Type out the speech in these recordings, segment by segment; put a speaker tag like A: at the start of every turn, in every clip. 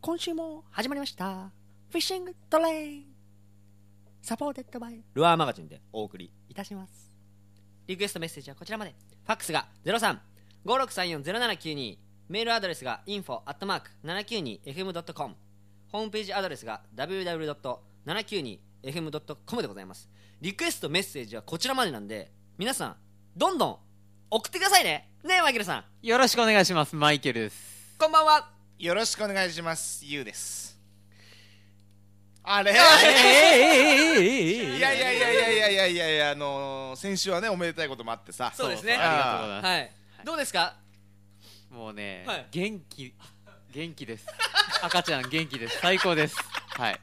A: 今週も始まりましたフィッシングトレインサポーテッドバイルアーマガジンでお送りいたしますリクエストメッセージはこちらまでファックスが0356340792メールアドレスが info.792fm.com ホームページアドレスが www.792fm.com でございますリクエストメッセージはこちらまでなんで皆さんどんどん送ってくださいねねえマイケルさん
B: よろしくお願いしますマイケルです
A: こんばんは
C: よろしくお願いしますゆうですあれいやいやいやいやいやいやいやいやあのー、先週はねおめでたいこともあってさ
A: そうですね
B: ありがとうございま
A: はいどうですか
B: すもうね、
A: はい
B: 元気元気です赤ちゃん元気です最高ですはい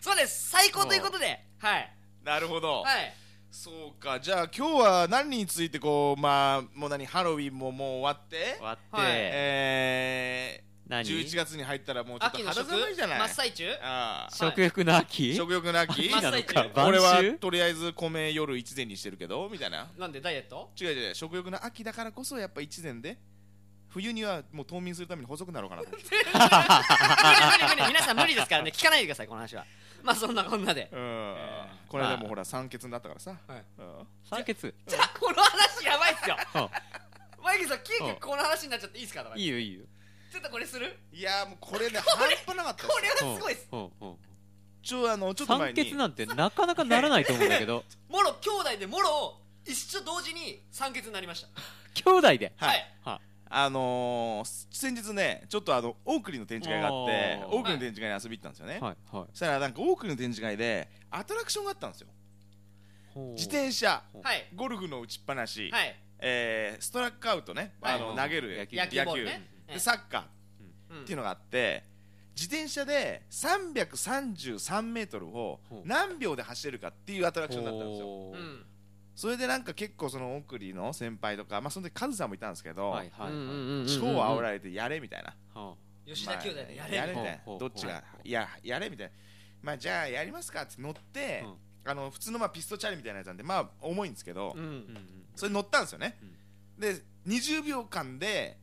A: そうです最高ということではい
C: なるほど、
A: はい
C: そうかじゃあ今日は何についてこうまあもう何ハロウィンももう終わって
B: 終わって、
A: はい
C: えー、
B: 何
C: 11月に入ったらもうちょっと
A: 秋の
C: 肌
A: 食
C: 寒いじゃない
A: 真っ最中
C: ああ
B: 食欲の秋、
C: 食欲の秋
A: 真っ
B: なの
A: 最
B: か
A: 中
B: 晩
C: 俺は
B: 秋
C: とりあえず米夜一膳にしてるけどみたいな
A: なんでダイエット
C: 違う違う食欲の秋だからこそやっぱ一膳で冬にはもう冬眠するために細くなろうかなと 思って
A: 無理無理 無理皆さん無理ですからね聞かないでくださいこの話はまあそんなこんなで
C: うん、これでもほら酸欠になったからさ、
A: はい
C: うん
B: 酸欠
A: じゃあ この話やばいっすよ
B: うん
A: マイケルさん急
B: う
A: 遽
B: ん
A: この話になっちゃっていいですかとか
B: いいよいいよ
A: ちょっとこれする
C: いやーもうこれね
A: これ
C: 半端なかった
A: これ
C: です
A: はすごいっす
B: うんうんうん
C: ちょあのちょっと前
B: 酸
C: に
B: 欠なんてなかなかならないと思うんだけど
A: もろ兄弟でもろ一緒同時に酸欠になりました
B: 兄弟で
C: はい
A: はい
B: は
C: あのー、先日ねちょっとあのオークリーの展示会があって
B: おー
C: オークリーの展示会に遊び行ったんですよね、
B: いはいはい
C: そしたらなんかオークリーの展示会でアトラクションがあったんですよ自転車
B: ほう
A: はい
C: ゴルフの打ちっぱなし、
A: はい
C: えーストラックアウトね、
A: はい
C: あの投げる
B: 野球
A: 野球ボールね
C: でサッカー
A: うん
C: っていうのがあって自転車で333メートルを
B: ほう
C: 何秒で走れるかっていうアトラクションだったんですよ
B: ほ
A: う
B: うん
C: それでなんか結構そのオークリーの先輩とかまあその時カズさんもいたんですけど、
B: はいはいはい、
C: 超煽られてやれみたいな、
B: は
A: 吉田兄弟でやれ
C: まあや
A: る
C: れみた
B: ほ
C: い
B: うほ
C: な
B: う
C: どっちが
B: ほう
C: いややれみたいなまあじゃあやりますかって乗って、あの普通のまあピストチャリみたいなやつなんでまあ重いんですけど、
A: う
B: あうん
A: ん
B: うん
C: それ乗ったんですよね、
B: うん
C: で20秒間で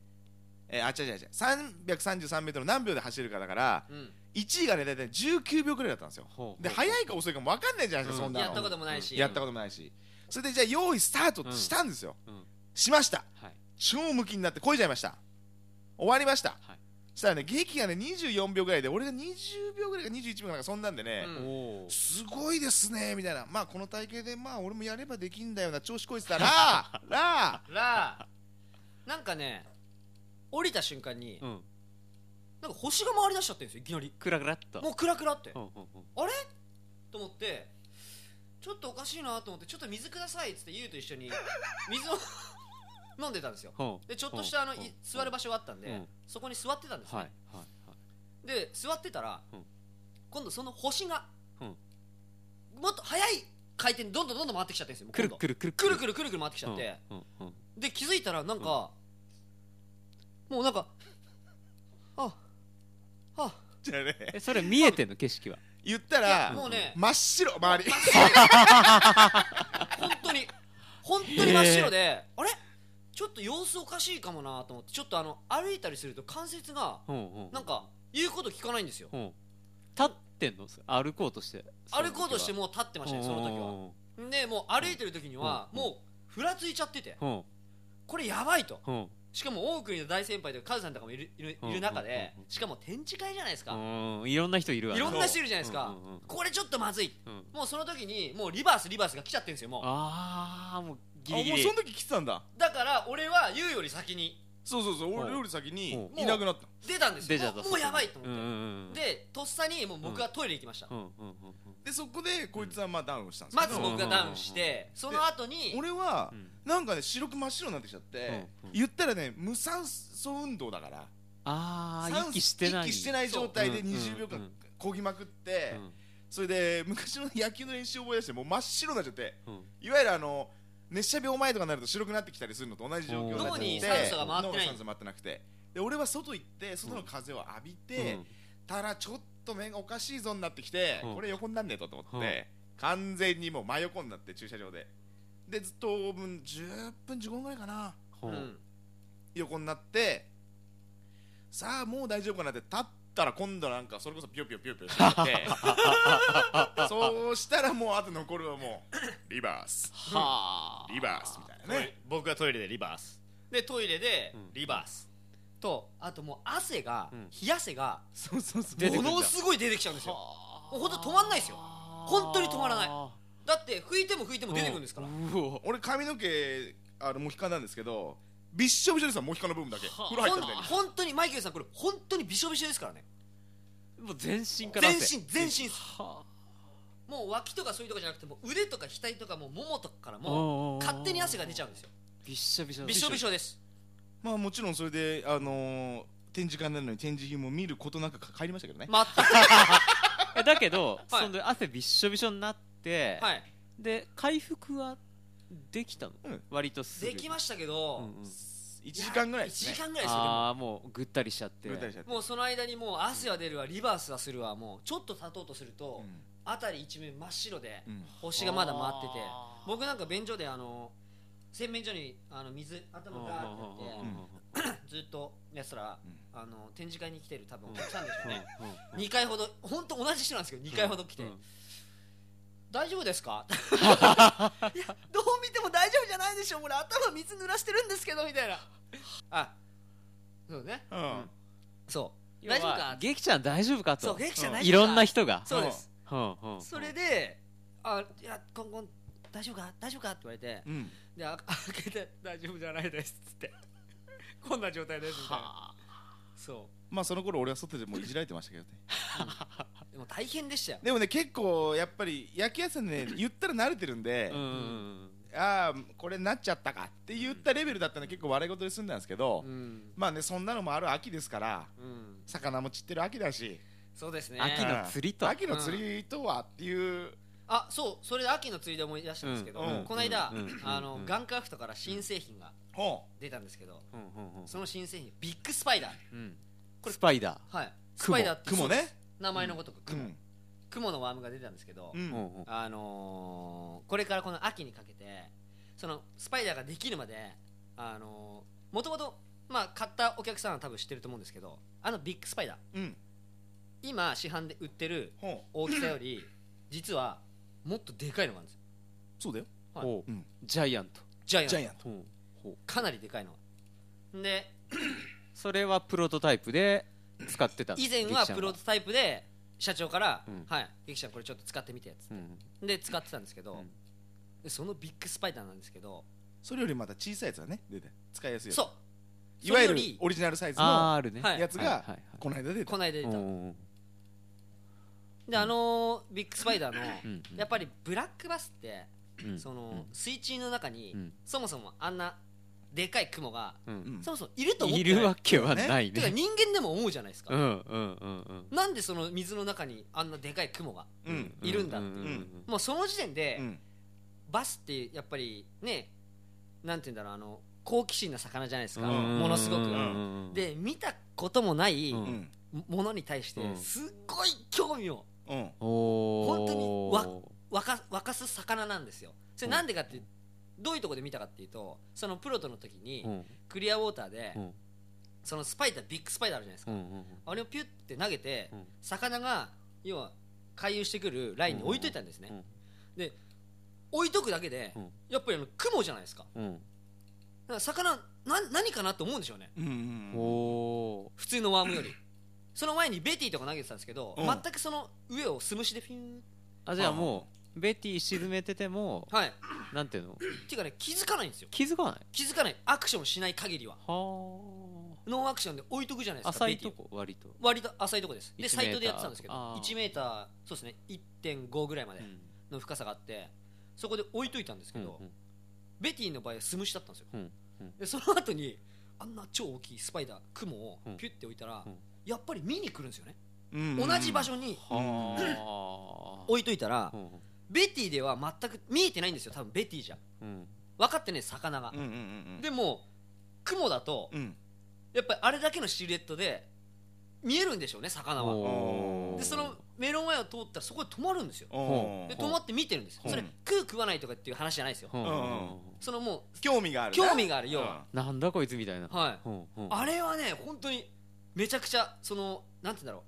C: えー、あ違う違う違う333メートル何秒で走るかだから
A: うん
C: 1位がね大体19秒ぐらいだったんですよ
B: ほう
C: で早いか遅いかも分かんないじゃないですか、
B: うん
C: そんなの
A: やったこともないし
C: やったこともないしそれでじゃあ用意スタートってしたんですよ、
B: うんうん
C: しました
B: はい
C: 超ムキになってこいじゃいました終わりました、
B: はい
C: そしたらね劇がね24秒ぐらいで俺が20秒ぐらいか21秒なんかそんなんでね、
A: うん
B: おー
C: すごいですねみたいなまあこの体型でまあ俺もやればできんだよな調子こいつ だななあ
A: らなんかね降りた瞬間に
B: うん
A: なんか星が回り出しちゃってるんですよいきなり
B: クラクラっと
A: もうクラクラって
B: うんうんうん
A: と思ってちょっとおかしいなと思ってちょっと水くださいっつってゆうと一緒 に水を飲んでたんですよ
B: ほう
A: でちょっとしたあのい
B: うんうん
A: 座る場所があったん
B: う
A: で
B: ん
A: そこに座ってたんです
B: はいは
A: ね
B: いはい
A: で座ってたら
B: うん
A: 今度その星が
B: うん
A: もっと速い回転でどんどんどんどん回ってきちゃってるんですよ
B: くる
A: 今度
B: くるくる
A: くるく
B: る
A: るくるくる回ってきちゃって
B: うんうんうん
A: で気づいたらなんか、もうなんかああ
C: じゃあね
B: えそれ見えてんの景色は
C: 言った
A: いや
C: ら
A: もうね
C: 真っ白周り
A: 本当に本当に真っ白で、あれちょっと様子おかしいかもなと思ってちょっとあの歩いたりすると関節が
B: うんうん
A: なんか言うこと聞かないんですよ
B: うん立ってんの歩こうとして
A: 歩こうとして
B: も
A: もう立ってましたねその時はでもう歩いてる時には
B: うん
A: もうふらついちゃってて
B: 時は
A: これやばいと
B: うんうん
A: しかも大国の大先輩とかカズさんとかもいるいるいる中で
B: うんうんうん
A: しかも展示会じゃないですか
B: うんいろんな人いるわ
A: いろんな
B: 人
A: 人いるじゃないですか
B: うんうんうん
A: これちょっとまずい
B: うん
A: もうその時にもうリバースリバースが来ちゃってるんですよも
B: ああもうギリギ
C: あも
B: リ
C: うその時来てたん
A: う
C: だ
A: だから俺は言うより先に
C: そうそうそう俺
B: うん
C: より先に
B: うん
C: いなくなった
A: 出たんですよ
B: 出ちゃった
A: もうもうやばいと思
B: うんう
A: っ
B: んうん
A: てでとっさにもう僕はトイレ行きました
B: うんうんうんうん
C: でそこでこいつはまあダウンしたんです
A: ま
C: け
A: ず
C: ど、
A: 僕がダウンしてその後に
C: 俺は
B: うん
C: なんかね白く真っ白になってきちゃって、
B: うんうん
C: 言ったらね無酸素運動だから
B: ああ
C: 酸
B: 息してない
C: 息してない状態で
B: そううん
C: 20秒
B: うんう
C: 間
B: ん
C: こぎまくって、
B: うん
C: それで昔の野球の練習を思い出してもう真っ白になっちゃって
B: うん
C: いわゆるあの熱射病前とかになると白くなってきたりするのと同じ状況になっちゃって
B: 脳に
A: 酸素が回ってない
C: 脳に酸素が回ってなくてで俺は外行って外の風を浴びて、
B: うん
C: たらちょっと目がおかしいぞになってきて、
B: うん
C: これ横になんねえとと思って、完全にもう真横になって駐車場ででずっとうん10分15分ぐらいかな
B: ほう
A: うん
C: 横になってさあもう大丈夫かなって立っったら今度なんかそれこそピヨピヨピヨピ ヨしててそうしたらもうあと残るはもう リバース
A: はあ
C: リバースみたいな
A: トイ
C: ね
A: レ僕はトイレでリバースでトイレで
B: うん
A: リバース、とあともう汗が、
B: うん
A: 冷や汗が
C: そうそうそう
B: 出てく
A: も
B: んだ
A: のすごい出てきちゃうんですよもうほんと止まんないですよ本当に止まらないだって拭いても拭いても出てくるんですから、
B: うお
C: 俺髪の毛あのモヒカンなんですけどびっしょびしょですよモヒカンの部分だけ
B: はあ
C: 風呂入ったみたいに
A: ほん本当にマイケルさんこれ本当にびしょびしょですからね
B: もう全身から
A: 全
B: 汗
A: 身全身です
B: は
A: もう脇とかそういうとこじゃなくてもう腕とか額とかもうももとかから
B: あ
A: も勝手に汗が出ちゃうんですよ
B: びっしょびしょ
A: びしょびし
B: ょ
A: ょです
C: まあもちろんそれであのー展示会なのに展示品も見ることなく帰りましたけどね
A: 全く
B: えだけど、
A: はい
B: その汗びっしょびしょになって、
A: はい
B: で回復はできたの、
C: うん
B: 割とすぐ
A: できま
B: し
A: したけど、
C: 1時間ぐらいです
A: 1
C: ね
A: 時間ぐらいですよでも
B: ああもうぐったりしちゃって
C: ぐったりしちゃって
A: もうその間にもう汗は出るわリバースはするわもうちょっと経とうとすると、辺り一面真っ白で、
C: うんうん
A: 星がまだ回ってて
B: あー
A: 僕なんか便所であの洗面所にあの水頭
B: うんうん
A: ガーってや
B: うん
A: っ
B: うん
A: てずっとやってたら、あの展示会に来てる多分
B: う
A: お
B: ん
A: 客さんでしょうね、
B: うんうん
A: 二2回ほど本当同じ人なんですけど2回ほど来て、
B: うん
A: 大丈夫です かいやどう見ても大丈夫じゃないでしょこれ頭水濡らしてるんですけどみたいなあそうね
C: うん
A: そう
B: 要は
A: 大丈夫か
B: ゲキちゃん大丈夫かと
A: そう元気じゃない
B: いろんな人が
A: そうです、
B: うんうんうん
A: それで「あいやコンコン大丈夫か大丈夫か?」って言われて
C: うん
A: であ開けて「大丈夫じゃないです」っつって 「こんな状態です」みたいな
B: はあ
A: そ
C: まあその頃俺は外でもういじられてましたけどね
A: うでも大変でしたよ
C: でもね結構やっぱり焼き屋さんね言ったら慣れてるんで、
B: うんうん
C: ああこれなっちゃったかって言ったレベルだったんで結構笑い事で済んだんですけど、
A: うん、
C: まあねそんなのもある秋ですから
A: うん、
C: 魚も散ってる秋だし
A: そうですね
B: 秋の釣りと
C: 秋の釣りとはっていう、
A: あそうそれで秋の釣りで思い出したんですけど、
C: うん
A: この間、
B: うんうん
A: あの
B: うん
A: ガンカフトから新製品が
C: ほ
A: 出たんですけど
B: うんうんうん
A: その新製品ビッグスパイダー
B: うん
A: これ
B: スパイダー
A: はいス
C: 雲
A: パイダーって
C: 雲ね
A: 名前のごとく
C: う
A: 雲、
C: ん
A: 雲のワームが出たんですけど、
C: うん
B: うんうん
A: あのーこれからこの秋にかけてそのスパイダーができるまであのー、もともと、まあ、買ったお客さんは多分知ってると思うんですけどあのビッグスパイダー
C: うん
A: 今市販で売ってる
C: ほう
A: 大きさよ り実はもっとでかいのがあるんですよ
C: そうだよ
A: はい
B: おう
C: うん
B: ジャイアント
A: ジャイアン
C: ジ
A: ト
C: ャイアント
B: うんほう
A: かなりでかいので
B: それはプロトタイプで使ってたの
A: 以前はプロトタイプで社長から
B: う
A: 「
B: ん
A: はいゆきちゃんこれちょっと使ってみて」つっ
B: うんうん
A: てで使ってたんですけど
B: うん
A: でそのビッグスパイダーなんですけど
C: それよりまた小さいやつはね出て使いやすいやつ
A: そう
C: いわゆ
A: そ
C: る
A: れより
C: オリジナルサイズ
B: あー
C: の
B: あるね
A: はい
C: やつ
B: は
C: が
B: いはい
C: この間出て
A: この間出
B: うん
A: た
B: うん
A: であのービッグスパイダーの
B: うん
A: やっぱりブラックバスって
B: うん
A: その水中の中に
B: うん
A: そもそもあんなでかい雲が
B: うん
C: うん
A: そもそもいると思っ
B: い
A: て
B: る
A: ない
B: わけはない
A: てか
B: ね
A: 人間でも思うじゃないです
B: う
A: か
B: んうんうんうん
A: なんでその水の中にあんなでかい雲が
C: うん
A: いるんだっていう
B: うん
A: もうその時点で
C: うん
A: バスってやっぱりねなんて言うんだろうあの好奇心な魚じゃないですか、
B: うん
A: ものすごく、
B: うん
A: で見たこともない
B: うん
C: うん
A: ものに対して
B: うん
A: すっごい興味を
C: うん
B: おー
A: 本当に沸か沸かす魚なんですよそれなんでかっていうどういうとこで見たかっていうとそのプロトの時に
B: うん
A: クリアウォーターで
B: うん
A: そのスパイダービッグスパイダーあるじゃないです
B: う
A: か、
B: んうん
A: あれをピュッて投げて
B: うん
A: 魚が要は回遊してくるラインに置いといたんですね、
B: うん
A: で置いとくだけで
B: うん
A: やっぱりあの雲じゃないですか
B: うん
A: だから魚な何かなと思うんでしょうね
C: うん
B: うん
C: うん
B: おー
A: 普通のワームよりその前にベティとか投げてたんですけど、
C: うん
A: 全くその上を素虫でフィン
B: あじゃあもうベティ沈めてても
A: はいっ
B: なんていうの
A: ていうかね気づかないんですよ
B: 気づかない
A: 気づかないアクションしない限りは
B: は
A: ノンアクションで置いとくじゃない
B: あ
A: ですか
B: 浅い
A: ベティ
B: と
A: を
B: こ割と
A: 割と浅いとこですで
B: 1
A: サイトでやってたんですけど
B: あー
A: 1メーターそうですね1.5ぐらいまで
B: うん
A: の深さがあって、そこで置いといたんですけど、
B: うん
A: ベティの場合は素虫だったんですよ、
B: うんうん
A: でその後にあんな超大きいスパイダークモを
B: うん
A: ピュッて置いたら、
B: うん
A: やっぱり見に来るんですよね、
C: うん
A: 同じ場所に
B: は
A: 置いといたら、
B: あうん
A: ベティでは全く見えてないんですよ多分ベティじゃ
B: うん
A: 分かってね魚が
C: う、んうんうん
A: でも雲だと、
C: うん
A: やっぱりあれだけのシルエットで見えるんでしょうね魚は
B: おー
A: でその目の前を通ったらそこで止まるんですよ
C: うん
A: で止まって見てるんです
C: うん
A: それ食う食わないとかっていう話じゃないですよ
B: うん
A: そのも
C: 興味があ
A: う
C: る
A: 興味がある
C: よ
A: よ、
B: なんだこいつみたいな
A: はい
B: うんうん
A: あれはね本当にめちゃくちゃそのなんて言うんだろ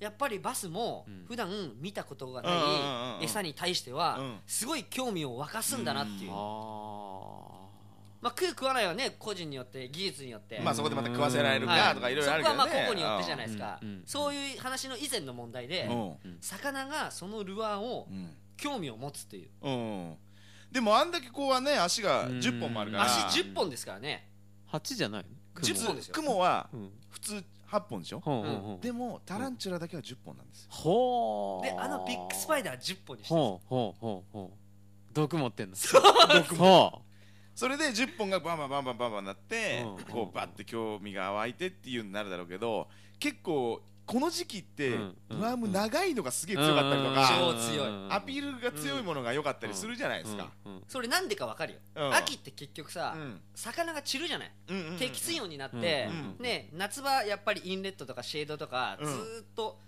A: うやっぱりバスも
B: うん
A: 普段見たことが
C: うんうんうん
A: な
C: う
A: んい餌に対して
C: う
A: は
C: ん
A: すごい興味を沸かすんだなっていうう、
C: ん
A: ま
B: あ
A: あ、食う食わないはね個人によって技術によって、
C: まあそこでまた食わせられる
A: は
C: か
A: い
C: とかいろいろあるけどね
A: そこはまあ個々によってじゃないですか、
B: うんうん
A: そういう話の以前の問題で、魚がそのルアーを
C: うん
A: 興味を持つっていう
C: うんうんでもあんだけこうはね足が10本もあるから
A: 足10本ですからね
B: あ8じゃないの
A: 10本ですよ
C: クモは
B: うん
C: 普通8本でしょ
B: ほうほうほう
C: でもタランチュラだけは10本なんですよ
B: ほう
A: であのビッグスパイ
B: ダー
A: ダー10本にして
B: ほうほうほうほう毒持ってんの
A: そう
B: 毒ほ
C: それで10本がバンバンバンバンバンバンなって
B: うん
C: こうバッて興味が湧いてっていうのになるだろうけど結構この時期って
B: うんうん
C: グアム長いのがすげ
B: う
C: え強かったりとか
A: 超強い
C: アピールが強いものが良かったりするじゃないですか
A: それなんでかわかるよ、
C: うん
A: 秋って結局さ、
C: うん
A: 魚が散るじゃない、
C: うんうんうん
A: 低水温になって、
C: うん
A: ね、夏場やっぱりインレットとかシェードとか、
C: うん
A: ずーっと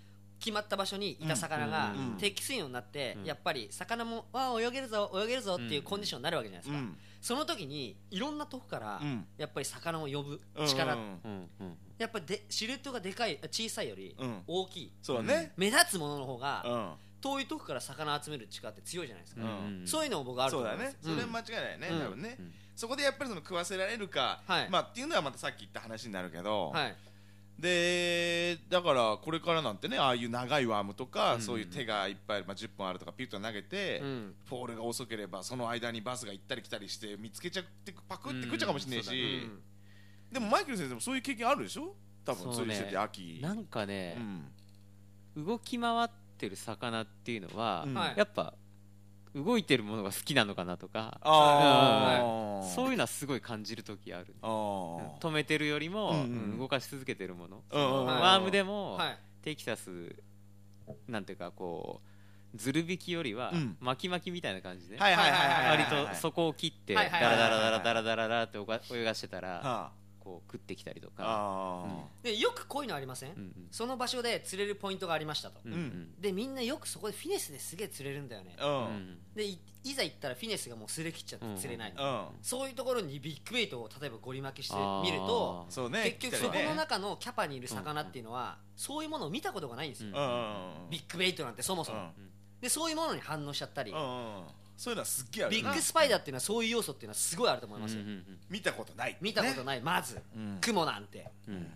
A: 決まった場所にいた魚が
C: うんうん
A: 低水温になって、
B: うん
A: やっぱり魚もわあ泳げるぞ泳げるぞっていうコンディションになるわけじゃないです
C: う
A: か、
C: ん
A: その時にいろんなとこから、
C: うん
A: やっぱり魚を呼ぶ力、
C: うん
B: うんうん
A: やっぱりでシルエットがでかいあ小さいより
C: うん
A: 大きい、
C: そうだね
A: 目立つものの方が、
C: うん
A: 遠いとこから魚集める力って強いじゃないですか、
B: うん
A: そういうのも僕あると
C: そう
A: 思う
C: だ
A: んです
C: ね
A: よ
C: それは間違いないね
A: うん
C: 多分ね
B: うん
C: そこでやっぱりその食わせられるか
A: はい
C: まあっていうのはまたさっき言った話になるけど
A: はい、
C: でだからこれからなんてねああいう長いワームとか、
B: うん
C: そういう手がいっぱいある、まあ、10本あるとかピュッと投げて、
A: うん
C: フォールが遅ければその間にバスが行ったり来たりして見つけちゃってパクって食っちゃうかもしれないし、
B: うん
A: うん
C: でもマイケル先生もそういう経験あるでしょ多分
B: そう
C: 釣
B: ね
C: りしてて秋
B: なんかね
C: うん
B: 動き回ってる魚っていうのは
C: うん
A: はい
B: やっぱ動いてるものが好きなのかなとか
C: あー、
B: そう
C: いう
B: いうのはすごい感じる時ある
C: あー
B: 止めてるよりも
C: うんうん
B: 動かし続けてるもの
C: うんうんうん
B: ワームでも
A: はい、
B: テキサスなんていうかこうずる引きよりは
C: うん
B: 巻き巻きみたいな感じで
C: はいはいはいはい
B: 割
C: はい
B: とそこを切って
A: は
B: ダ
A: い
B: ラ
A: はい
C: は
B: ダ
C: い
B: ラダラダラダラダラって泳がしてたら
C: は
B: こう食ってきたりと
C: あ
B: か
C: あ
A: でよくこういうのありません、
B: うん
A: その場所で釣れるポイントがありましたと、
B: うんうん
A: でみんなよくそこでフィネスですげえ釣れるんだよね
C: ーうん
B: う
C: うん
B: ん
A: でいいざ行ったらフィネスがもうすれ切っちゃって釣れない、
B: うん
C: うん
A: そういうところにビッグベイトを例えばゴリ負けしてみると
B: あー
C: そうね
A: 結局
C: 来た
A: そ
C: り
A: こ
C: ね
A: の中のキャパにいる魚っていうのは、そういうものを見たことがないんですよ、
B: うん
C: うんうん
A: ビッグベイトなんてそもそも、でそういうものに反応しちゃったり、
C: うんうんうんそういうのはすっげえある
A: ビ
C: よな
A: ッグスパイダーっていうのはそういう要素っていうのはすごいあると思いますよ、
B: うんうん
C: 見たことない
A: 見たこと
C: ね
A: ない、まず
C: うん
A: 雲なんて、
B: うんうん
A: うん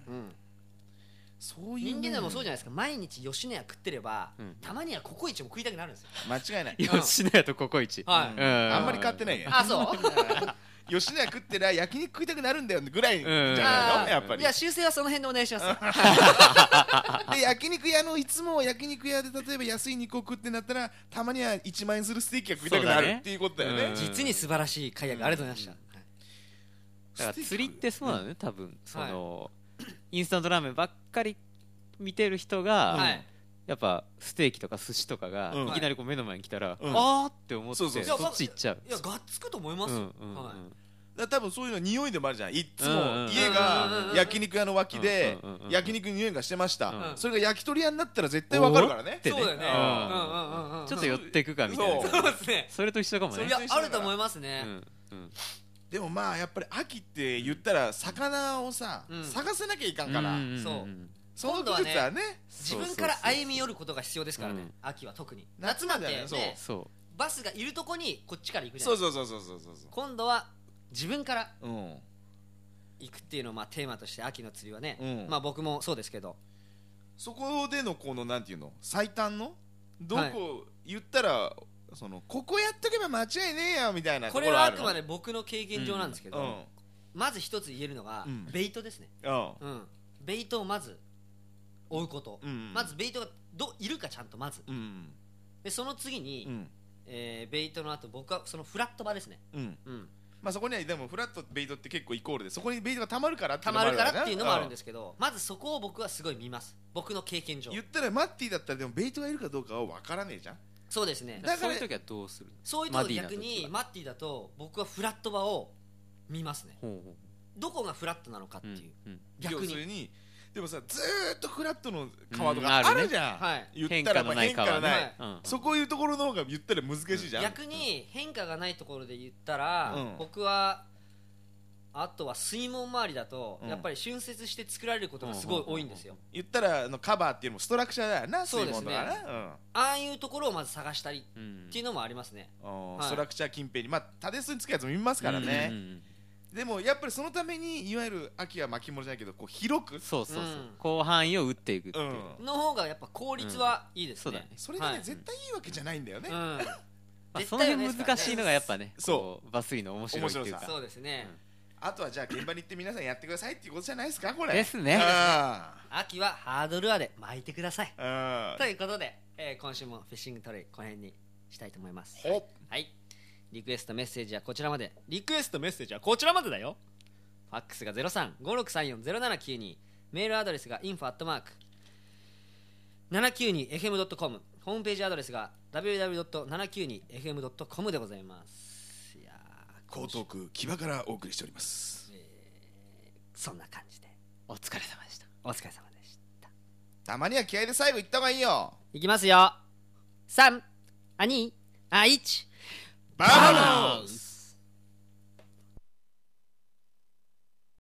C: そういう
A: 人間でもそうじゃない
C: ゃ
A: ですか毎日吉野家食ってれば、
B: うん
A: たまにはココイチも食いたくなるんですよ、
C: 間違いない
A: うん
B: 吉野家とココイチ
A: はい
B: う
C: うん
B: ん
C: あんまり買ってないね
A: あそう
C: 吉野家食ってりゃ焼肉食いたくなるんだよぐらいじゃ
B: うん
C: ないのやっぱ
A: い
C: り
A: や修正はその辺でお願いします
C: で焼肉屋のいつも焼肉屋で例えば安い肉を食ってなったらたまには1万円するステーキが食いたくな
B: そうだ
C: る
B: ね
C: っていうことだよね
B: うん
A: 実に素晴らしい解約ありがとうございました、はい
B: だから釣りってそうなのね多分そ
A: はい
B: のインスタントラーメンばっかり見てる人が
A: はい
B: やっぱステーキとか寿司とかが
C: うん
B: いきなりこう目の前に来たら、
C: うん
B: あーって思って
C: そ
B: そう
C: そう
A: そう
B: っち行っちゃう。
A: いやがっつくと思いま
B: う
A: す
B: んう
A: よ、
B: ん
A: はい
C: だから多分そういうのは匂いでもあるじゃんいっつも
B: うんうん
C: 家が焼肉屋の脇で
B: うんうんうんうん
C: 焼肉の匂いがしてました
A: うん
C: それが焼き鳥屋になったら絶対わかるからね
B: てね
A: そうだよね
C: うん
A: うんうんうんうん
B: ちょっと寄っていくかみたいな
A: そうですね
B: それと一緒かも
A: それ
B: ね
A: いやあると思います
B: う
A: ね、
B: んうん
C: でもまあやっぱり秋って言ったら魚をさ
A: うん
C: 探せなきゃいかんから
B: んんん
A: そうん
C: その季節はね
A: 自分から歩み寄ることが必要ですからね、
B: うん
A: 秋は特に夏なんて、ね
C: 夏なんだよね
B: そ
A: バスがいるとこにこっちから行くじゃない
C: そ
A: うですか
C: そうそうそうそうそうそ
A: 今度は自分から
C: ううん
A: 行くっていうのをまあテーマとして秋の釣りはね、
C: うん
A: まあ僕もそうですけど
C: そこでのこのなんていうの最短のどこ言ったらそのここやっとけば間違いねえよみたいなと
A: こ
C: こ
A: れ
C: ろ
A: は
C: あ
A: あ
C: る
A: く
C: の
A: まで僕の経験上なんですけど、
C: うん
A: まず一つ言えるのが、
C: うん
A: ベイトですね、
C: うん
A: うん、ベイトをまず追うこと、
C: うん
A: まずベイトがどいるかちゃんとまず
C: うん
A: でその次に、
C: うん
A: えーベイトの後僕はそのフラット場ですね、
C: うん
A: うん、
C: まあそこにはでもフラットベイトって結構イコールでそこにベイトがたまるからって
A: た
C: いうのも
A: ま
C: あ
A: るからっていうのもあるん
C: で
A: ですけど、まずそこを僕はすごい見ます僕の経験上
C: 言ったらマッティだったらでもベイトがいるかどうかは分からねえじゃん
A: そうですね
B: う
C: だから
B: そういう時はどうする
A: そういうとこ
B: マディな
A: 逆に
B: 時は
A: マッティだと僕はフラット場を見ますね
B: ほうほ
A: どこがフラットなのかって
B: う
A: いう、
B: うん
A: 逆
C: 要する
A: に
C: にでもさずーっとフラットの川と
B: うんある
C: かあ
B: ね
C: るじゃん、
A: はい
C: 言った
B: 変
C: らま
B: 化の
C: あ
B: ない
C: 変化がない
A: 川ね
B: うん
C: そこいうところの方が言ったら難しいじゃん、
A: 逆に変化がないところで言ったら、
C: うん
A: 僕はあとは水門周りだと、
C: うん
A: やっぱり浚渫して作られることがすごい多いんですよ、
C: 言ったらあのカバーっていうのもストラクチャーだよな
A: そう
C: 水
A: です
C: 門
A: ね
C: とかねうん
A: ああいうところをまず探したり
B: うん
A: っていうのもありますね、
C: おー
A: はい
C: ストラクチャー近辺にまあタデスにつくやつも見ますから
B: うんう
C: ね、
B: ん
C: でもやっぱりそのためにいわゆる秋は巻物じゃないけどこう広く
B: うんそうそうそう
A: うん
B: 広範囲を打っていくって
C: う
B: い
C: ん
B: う
A: の方がやっぱ効率はいいですね、
B: そうだね
C: それがね、
A: はい
C: 絶対いいわけじゃないんだよね、
A: うん
B: まあ
A: 絶
B: その
A: 対
B: 辺難しいのがやっぱね
C: そう
B: こうバスイの面白いっていう
C: 面白さ
B: か
A: そうですね、
C: あとはじゃあ現場に行って皆さんやってくださいっていうことじゃないですかこれ
B: ですね
A: 秋はハードルアで巻いてください
C: うんうん
A: ということで、えー今週もフィッシングトレイこの辺にしたいと思います
C: ほっ
A: はいリクエストメッセージはこちらまでリクエストメッセージはこちらまでだよファックスが0356340792メールアドレスが info アットマーク 792fm.com ホームページアドレスが www.792fm.com でございますいやー
C: 江東区木場からお送りしております
A: そんな感じで
B: お疲れ様でした
A: お疲れ様でした
C: たまには気合で最後行った方がいいよ
A: いきますよ3、2、1
C: バ
B: バランス